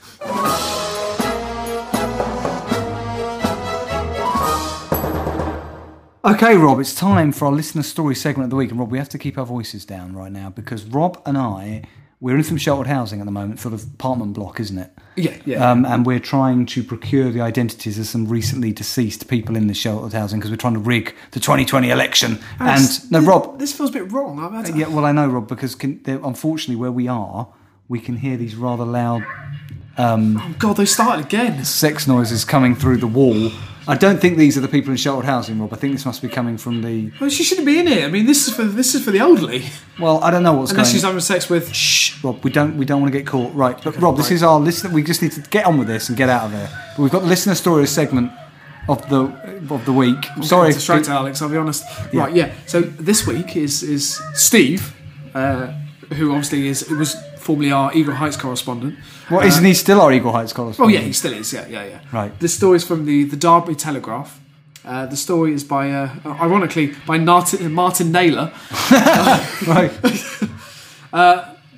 A: Okay, Rob, it's time for our listener story segment of the week. And Rob, we have to keep our voices down right now because Rob and I, we're in some sheltered housing at the moment, sort of apartment block, isn't it?
B: yeah, yeah.
A: Um, and we're trying to procure the identities of some recently deceased people in the sheltered housing because we're trying to rig the 2020 election.
B: That's-
A: And no, Rob.
B: This feels a bit wrong. I, I,
A: Yeah, well, I know, Rob, because can, there- unfortunately, where we are, we can hear these rather loud
B: oh God, they started again.
A: sex noises coming through the wall. I don't think these are the people in sheltered housing, Rob. I think this must be coming from the.
B: Well, she shouldn't be in here. I mean, this is for this is for the elderly.
A: Well, I don't know what's
B: Unless
A: going
B: she's having sex with.
A: Shh, Rob, we don't we don't want to get caught. Right, but Rob, this is our listener. We just need to get on with this and get out of there. But we've got the listener story segment of the of the week. Sorry,
B: It's straight to Alex. I'll be honest. Right, yeah. So this week is is Steve, uh, who obviously is was formerly our Eagle Heights correspondent. Uh,
A: well, isn't he still our Eagle Heights scholar?
B: Oh
A: <laughs>
B: yeah, he still is. Yeah, yeah, yeah.
A: Right.
B: The story is from the the Derby Telegraph. Uh, the story is by, uh, ironically, by Martin, Martin Naylor.
A: right.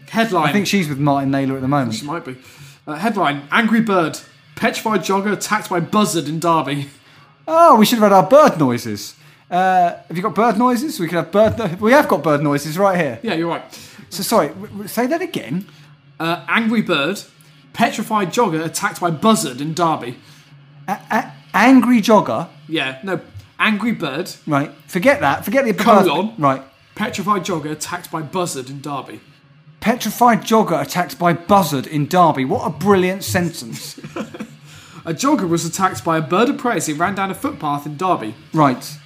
B: Headline:
A: I think she's with Martin Naylor at the moment.
B: She might be. Uh, headline: Angry Bird, petrified jogger attacked by buzzard in Derby. <laughs>
A: Oh, we should have had our bird noises. Uh, have you got bird noises? We could have bird. No- we have got bird noises right here.
B: Yeah, you're right.
A: So sorry, w- w- say that again.
B: Uh, angry bird, petrified jogger attacked by buzzard in Derby.
A: A- a- angry jogger.
B: Yeah, no, angry bird,
A: Right, forget that. Forget the
B: Colon.
A: Right,
B: petrified jogger attacked by buzzard in Derby.
A: Petrified jogger attacked by buzzard in Derby. What a brilliant sentence.
B: A jogger was attacked by a bird of prey as he ran down a footpath in Derby.
A: right.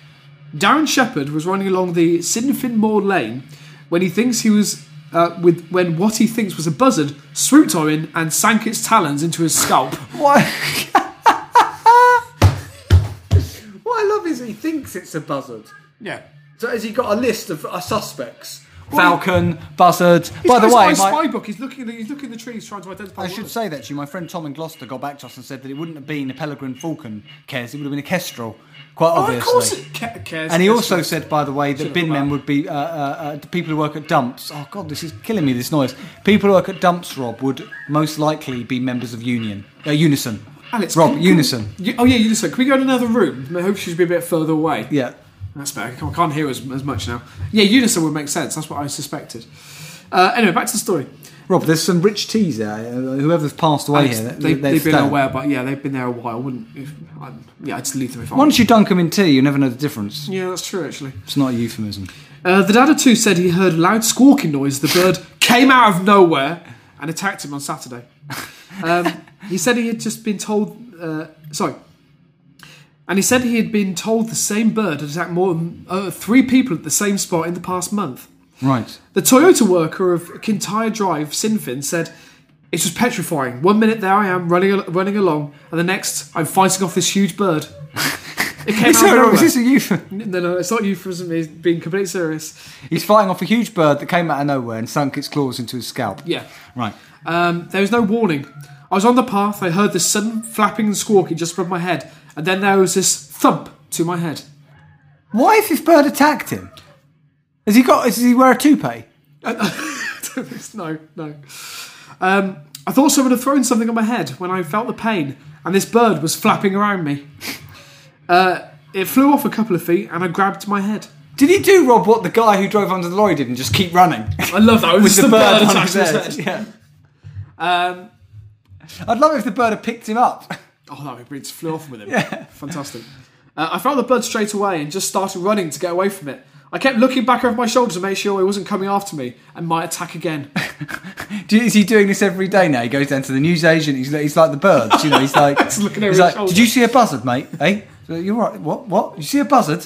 B: Darren Shepherd was running along the Sinfin Moor Lane when he thinks he was uh, with when what he thinks was a buzzard swooped on him and sank its talons into his scalp. <laughs>
A: What? <laughs> what I love is he thinks it's a buzzard.
B: yeah.
A: So has he got a list of uh, suspects? Falcon, buzzard. By the
B: He's got
A: way,
B: his
A: my-
B: spy book. He's looking. At the, he's looking at the trees, trying to identify.
A: I
B: what it
A: should
B: is.
A: say that to you. My friend Tom in Gloucester got back to us and said that it wouldn't have been a peregrine falcon, Kes. It would have been a kestrel, quite
B: Oh,
A: obviously.
B: of course, it ca- cares.
A: And he also said, by the way, that
B: have
A: bin
B: come
A: men
B: out.
A: would be uh, uh, uh, the people who work at dumps. Oh God, this is killing me. This noise. People who work at dumps, Rob, would most likely be members of Union, uh, Unison.
B: Alex,
A: Rob,
B: can- can-
A: Unison.
B: You- oh yeah, you listen. Can we go in another room? I hope she's be a bit further away.
A: Yeah.
B: That's better. I can't- I can't hear as, as much now. Yeah, unison would make sense. That's what I suspected. Uh, anyway, back to the story.
A: Rob, there's some rich teas there. Uh, Whoever's passed away
B: Alex,
A: here,
B: they,
A: they're
B: have been
A: stone.
B: aware, but yeah, they've been there a while. Wouldn't if, I'd, yeah, I'd just leave them if I.
A: Once you dunk them in tea, you never know the difference.
B: yeah, that's true actually.
A: It's not a euphemism.
B: Uh, the dad of two said he heard a loud squawking noise. The bird came out of nowhere and attacked him on Saturday. Um, he said he had just been told. Uh, sorry. And he said he had been told the same bird had attacked more than uh, three people at the same spot in the past month.
A: Right.
B: The Toyota worker of Kintyre Drive, Sinfin, said, It was petrifying. One minute there I am running, al- running along, and the next I'm fighting off this huge bird. <laughs> It came
A: Is,
B: out of nowhere.
A: this a euphemism?
B: No, no, it's not euphemism. It's being completely serious.
A: He's fighting off a huge bird that came out of nowhere and sunk its claws into his scalp.
B: Yeah.
A: Right.
B: Um, there was no warning. I was on the path. I heard this sudden flapping and squawking just above my head, and then there was this thump to my head. <laughs>
A: Why has this bird attacked him? Has he got? Does he wear a toupee?
B: no, no. Um, I thought someone had thrown something on my head when I felt the pain, and this bird was flapping around me. Uh, it flew off a couple of feet, and I grabbed my head.
A: Did he do, Rob, what the guy who drove under the lorry did and just keep running? <laughs>
B: I love that. It was
A: With
B: just a
A: on
B: bird, attached to
A: his
B: his head.
A: head. Yeah.
B: Um,
A: I'd love it if the bird had picked him up.
B: oh, that would be it just flew off with him. Fantastic. Uh, I found the bird straight away and just started running to get away from it. I kept looking back over my shoulder to make sure it wasn't coming after me and might attack again.
A: Do you, is he doing this every day now? He goes down to the newsagent. He's, like- he's like the birds, you know.
B: <laughs>
A: He's like,
B: looking over
A: he's
B: his
A: like,
B: shoulder.
A: did you see a buzzard, mate? Eh? Hey, So you're right. What? What? You see a buzzard?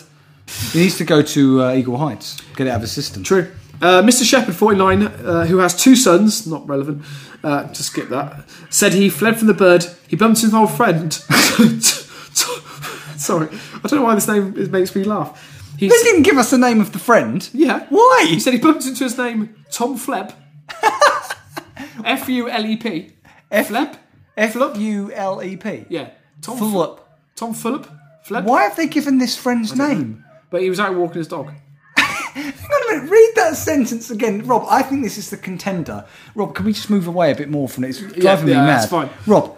A: He needs to go to uh, Eagle Heights. Get it out of his system.
B: True. Uh, Mr. Shepherd, 49, uh, who has two sons, not relevant, uh, to skip that, said he fled from the bird. He bumped into an old friend. <laughs> Sorry, I don't know why this name it makes me laugh. He
A: They
B: s-
A: didn't give us the name of the friend.
B: yeah. He
A: Why?
B: said he bumped into his name, Tom Fleb. F U L E P.
A: F-
B: Fleb?
A: F U L E P.
B: Yeah. Tom Fleb.
A: Flop.
B: Tom Phillip? Fleb?
A: Why have they given this friend's name?
B: But he was out walking his dog.
A: Hang on a minute. Read that sentence again, Rob. I think this is the contender. Rob, can we just move away a bit more from it? It's driving me
B: yeah,
A: mad.
B: that's fine.
A: Rob,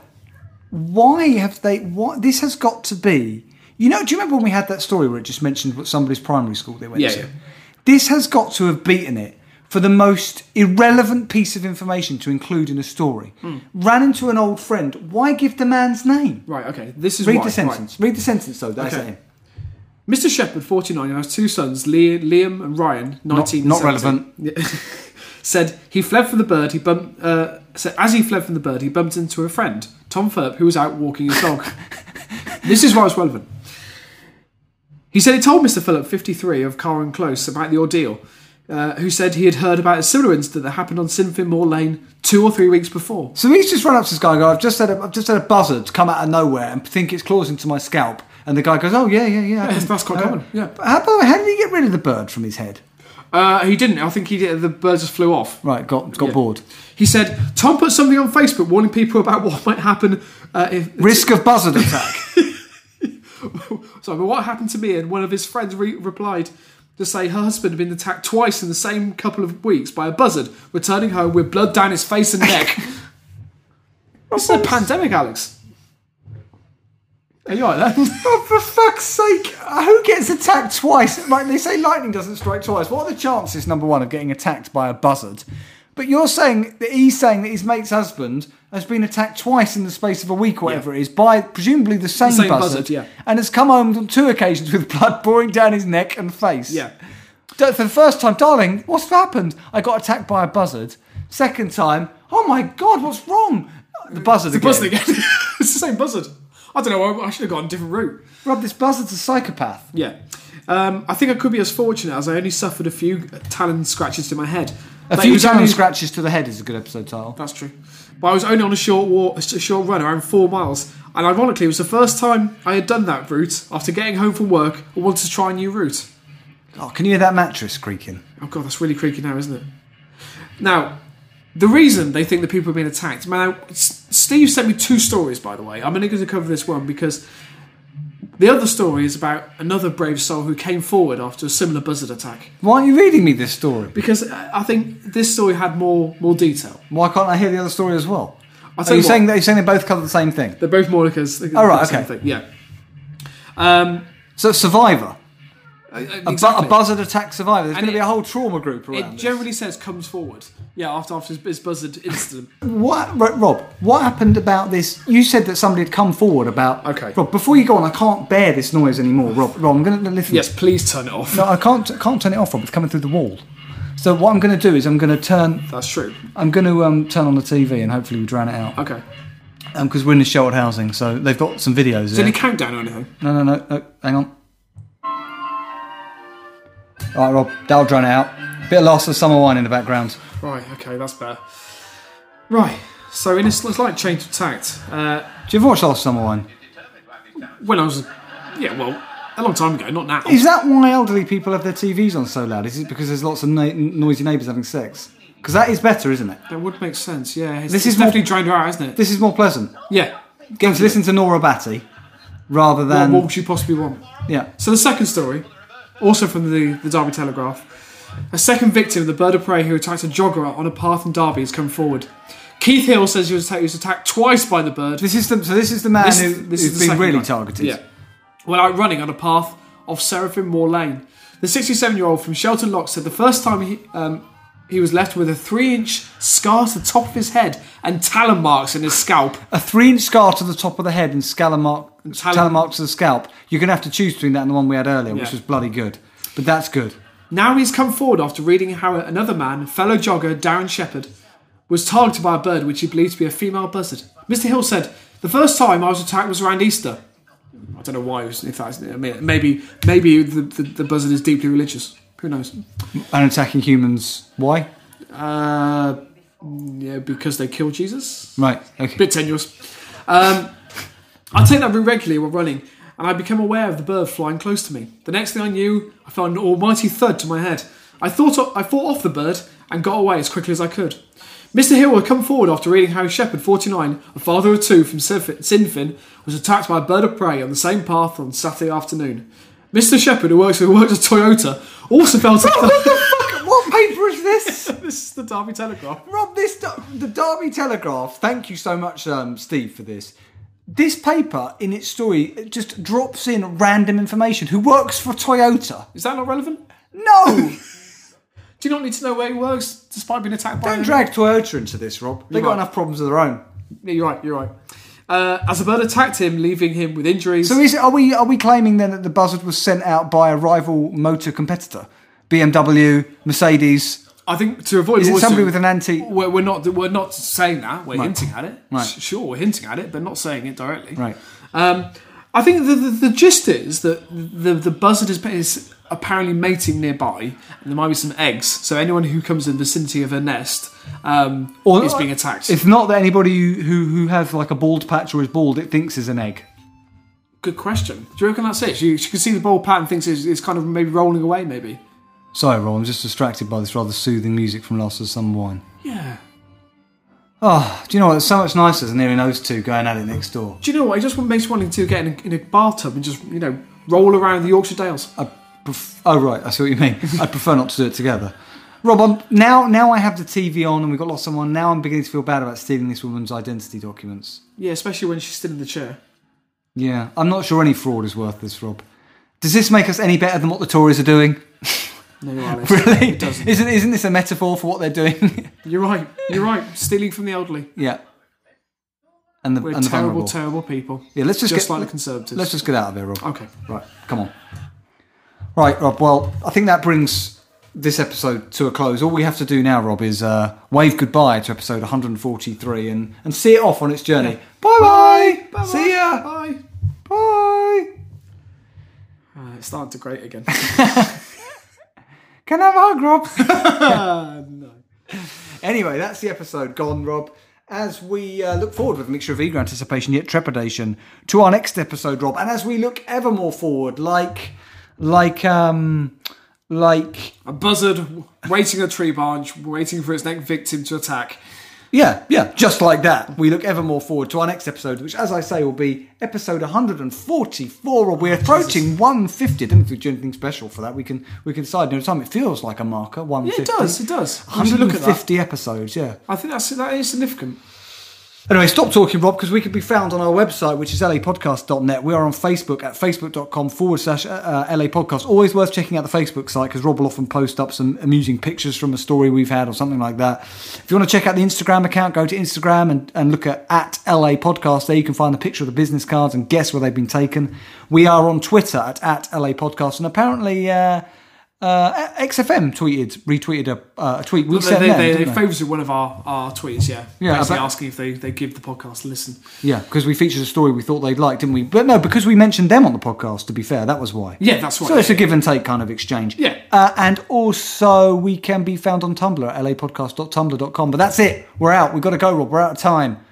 A: why have they? What this has got to be? You know, do you remember when we had that story where it just mentioned what somebody's primary school they went
B: Yeah,
A: to?
B: yeah.
A: This has got to have beaten it for the most irrelevant piece of information to include in a story.
B: Hmm.
A: Ran into an old friend. Why give the man's name?
B: Right, okay. This is
A: Read
B: why.
A: the
B: right.
A: sentence. Read the sentence though. That's
B: Okay.
A: it.
B: Mr. Shepherd, 49, who has two sons, Liam, Liam and Ryan, 19
A: not
B: and <laughs> 17, said he fled from the bird, he bumped, uh, said, as he fled from the bird, he bumped into a friend, Tom Phillip, who was out walking his
A: <laughs>
B: dog. this is why it's relevant. He said he told Mr. Phillip, 53, of Carwin Close, about the ordeal, uh, who said he had heard about a similar incident that happened on Sinfinmore Lane two or three weeks before.
A: So he's just run up to this guy and go, I've just had a, I've just had a buzzard come out of nowhere and think it's claws into my scalp. And the guy goes, oh, yeah, yeah, yeah.
B: Yes, that's quite
A: Uh,
B: common, yeah.
A: but How, by the way, how did he get rid of the bird from his head?
B: Uh, he didn't. I think he did. The bird just flew off.
A: Right, got, got
B: Yeah.
A: bored.
B: He said, Tom put something on Facebook warning people about what might happen uh, if. <laughs>
A: Risk of buzzard attack.
B: Sorry, but what happened to me? And one of his friends re- replied to say her husband had been attacked twice in the same couple of weeks by a buzzard, returning home with blood down his face and neck.
A: <laughs>
B: this is a pandemic, Alex. Are you alright there?
A: oh, for fuck's sake, who gets attacked twice? Like, they say lightning doesn't strike twice. What are the chances, number one, of getting attacked by a buzzard? But you're saying that he's saying that his mate's husband has been attacked twice in the space of a week, whatever it is, by presumably the same,
B: same
A: buzzard,
B: buzzard, yeah.
A: and has come home on two occasions with blood pouring down his neck and face.
B: <laughs> Yeah.
A: D- For the first time, darling, what's happened? I got attacked by a buzzard. Second time, oh my god, what's wrong? The buzzard again.
B: Buzzard again. <laughs> it's the same buzzard. I don't know. I, I should have gone a different route.
A: Rob, this buzzard's a psychopath.
B: Yeah. Um, I think I could be as fortunate as I only suffered a few talon scratches to my head.
A: A
B: But it
A: few
B: was
A: talon
B: only-
A: scratches to the head is a good episode title.
B: That's true. But I was only on a short walk, a short run around four miles, and ironically, it was the first time I had done that route after getting home from work. I wanted to try a new route.
A: Oh, can you hear that mattress creaking?
B: Oh god, that's really creaky now, isn't it? Now, the reason they think that people are being attacked. Now, S- Steve sent me two stories, by the way. I'm only going to cover this one because the other story is about another brave soul who came forward after a similar buzzard attack.
A: Why aren't you reading me this story?
B: Because I I think this story had more more detail.
A: Why can't I hear the other story as well?
B: I'll tell
A: Are you
B: what-
A: saying that you're saying they both cover the same thing?
B: They're both Monica's. They-
A: Oh, right,
B: the same
A: okay.
B: thing, Yeah. Um,
A: So Survivor,
B: uh,
A: a, bu-
B: exactly.
A: a buzzard attack Survivor. There's
B: And
A: going to be
B: it-
A: a whole trauma group around.
B: It
A: this.
B: generally says comes forward. Yeah, after after his, his buzzard incident.
A: What, right, Rob? What happened about this? You said that somebody had come forward about.
B: Okay.
A: Rob, before you go on, I can't bear this noise anymore. Rob, Rob, I'm going to listen.
B: <laughs> yes, please turn it off.
A: No, I can't. I can't turn it off, Rob. It's coming through the wall. So what I'm going to do is I'm going to turn.
B: That's true.
A: I'm going to um, turn on the TV and hopefully we drown it out.
B: Okay.
A: because Um, we're in a sheltered housing, so they've got some videos.
B: Is there
A: There.
B: any countdown or anything?
A: No, no, no, no. Hang on. All right, Rob, that'll drown it out. Bit of last of summer wine in the background.
B: Right. Okay, that's better. Right. So in a sl- slight change of tact, uh,
A: Did you ever watch Last Summer Wine?
B: when I was, yeah, well, a long time ago, not now.
A: Is that why elderly people have their TVs on so loud? Is it because there's lots of na- noisy neighbours having sex? Because that is better, isn't it?
B: That would make sense. Yeah. It's,
A: This
B: it's
A: is more-
B: definitely drained her out, isn't it?
A: This is more pleasant.
B: yeah.
A: Getting to listen to Nora Batty rather
B: What
A: than
B: more could you possibly want?
A: yeah.
B: So the second story, also from the, the Derby Telegraph, a second victim of the bird of prey who attacked a jogger on a path in Derby has come forward. Keith Hill says he was attacked, he was attacked twice by the bird.
A: This is the so this is the man
B: This-
A: who,
B: this is
A: who's
B: the
A: been
B: second
A: really
B: guy.
A: targeted.
B: Yeah. While out running on a path off Seraphim Moor Lane. The 67 year old from Shelton Lock said the first time he, um, he was left with a three inch scar to the top of his head and talon marks in his scalp.
A: A three-inch scar to the top of the head and scalp mark, talon marks to the scalp. You're going to have to choose between that and the one we had earlier, which
B: Yeah.
A: was bloody good. But that's good.
B: Now he's come forward after reading how another man, fellow jogger Darren Shepherd, was targeted by a bird which he believed to be a female buzzard. Mr. Hill said, The first time I was attacked was around Easter. I don't know why, it was- if that's, I mean, maybe, maybe the, the, the buzzard is deeply religious. Who knows?
A: And attacking humans. Why?
B: Uh, yeah, because they killed Jesus.
A: Right. Okay.
B: Bit tenuous. Um, I take that route regularly while running, and I become aware of the bird flying close to me. The next thing I knew, I felt an almighty thud to my head. I thought I fought off the bird and got away as quickly as I could. Mr. Hill had come forward after reading how Shepherd, 49, a father of two from Sinfin- Sinfin, was attacked by a bird of prey on the same path on Saturday afternoon. Mr. Shepherd, who works, who works at Toyota, also felt a thud.
A: <laughs>
B: <laughs>
A: what paper is this?
B: this is the Derby Telegraph.
A: Rob, this the Derby Telegraph. Thank you so much, um, Steve, for this. This paper in its story it just drops in random information. Who works for Toyota?
B: Is that not relevant?
A: No, <laughs>
B: Do you not need to know where he works despite being attacked by
A: don't
B: an-
A: drag Toyota into this, Rob. They have got
B: right.
A: enough problems of their own.
B: Yeah, you're right, you're right. Uh, as a bird attacked him, leaving him with injuries.
A: So is it, are we are we claiming then that the buzzard was sent out by a rival motor competitor, BMW, Mercedes?
B: I think to avoid
A: Is it
B: lawsuits-
A: somebody with an anti?
B: We're, we're not we're not saying that. We're hinting at it.
A: Right.
B: S- Sure, we're hinting at it, but not saying it directly.
A: Right.
B: Um, I think the, the the gist is that the the buzzard is, is apparently mating nearby, and there might be some eggs. So anyone who comes in the vicinity of her nest um,
A: Or-
B: is being attacked.
A: It's not that anybody who, who who has like a bald patch or is bald it thinks is an egg.
B: Good question. Do you reckon that's it? She, she can see the ball pattern, thinks it's, it's kind of maybe rolling away, maybe.
A: Sorry, Rob, I'm just distracted by this rather soothing music from Last of Some Wine.
B: Yeah.
A: Oh, do you know what? It's so much nicer than hearing those two going at it next door.
B: Do you know what? It just makes wanting to get in a, in a bathtub and just you know roll around the Yorkshire Dales.
A: I pref- oh, right, I see what you mean. I prefer not to do it together. Rob, I'm, now now I have the TV on and we've got lots on. Now I'm beginning to feel bad about stealing this woman's identity documents.
B: Yeah, especially when she's still in the chair.
A: Yeah, I'm not sure any fraud is worth this, Rob. Does this make us any better than what the Tories are doing? <laughs>
B: No, you're right. <laughs> Liz.
A: Really?
B: It doesn't.
A: Isn't isn't this a metaphor for what they're doing? <laughs>
B: You're right. You're right. Stealing from the elderly.
A: yeah. And the,
B: We're
A: and the
B: terrible,
A: vulnerable.
B: terrible people.
A: yeah, let's just,
B: Just
A: get
B: like the Conservatives.
A: let's just get out of here, Rob.
B: okay.
A: Right, come on. Right, Rob. Well, I think that brings this episode to a close. All we have to do now, Rob, is uh, wave goodbye to episode 143 and, and see it off on its journey. Bye bye.
B: Bye-bye.
A: See ya.
B: Bye.
A: Bye.
B: Uh, it's starting to grate again. <laughs>
A: Can I have a hug, Rob?
B: Ah, no.
A: Anyway, that's the episode gone, Rob. As we uh, look forward with a mixture of eager anticipation yet trepidation to our next episode, Rob, and as we look ever more forward, like, like, um, like,
B: A buzzard waiting a tree branch, waiting for its next victim to attack.
A: yeah, yeah, just like that, we look ever more forward to our next episode, which, as I say, will be episode 144. Rob, we're approaching 150. I don't think we do anything special for that. We can we can decide in time. It feels like a marker. 150.
B: Yeah, it does. It does. Have a look at that.
A: 150 episodes. Yeah.
B: I think that's that is significant.
A: Anyway, stop talking, Rob, because we can be found on our website, which is lapodcast.net. We are on Facebook at facebook.com forward slash uh, uh, lapodcast. Always worth checking out the Facebook site because Rob will often post up some amusing pictures from a story we've had or something like that. If you want to check out the Instagram account, go to Instagram and, and look at, at lapodcast. There you can find the picture of the business cards and guess where they've been taken. We are on Twitter at, at lapodcast. And apparently, uh, uh, XFM tweeted, retweeted a, uh, a tweet. We
B: They,
A: sent
B: they,
A: them,
B: they,
A: didn't
B: they favoured one of our, our tweets, yeah.
A: Yeah,
B: Basically
A: about-
B: asking if they, they give the podcast a listen.
A: Yeah, because we featured a story we thought they'd like, didn't we? But no, because we mentioned them on the podcast, to be fair, that was why.
B: Yeah, that's right.
A: So it's a give and take kind of exchange.
B: Yeah.
A: Uh, and also, we can be found on Tumblr at lapodcast.tumblr.com. But that's it. We're out. We've got to go, Rob. We're out of time.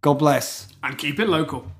A: God bless.
B: and keep it local.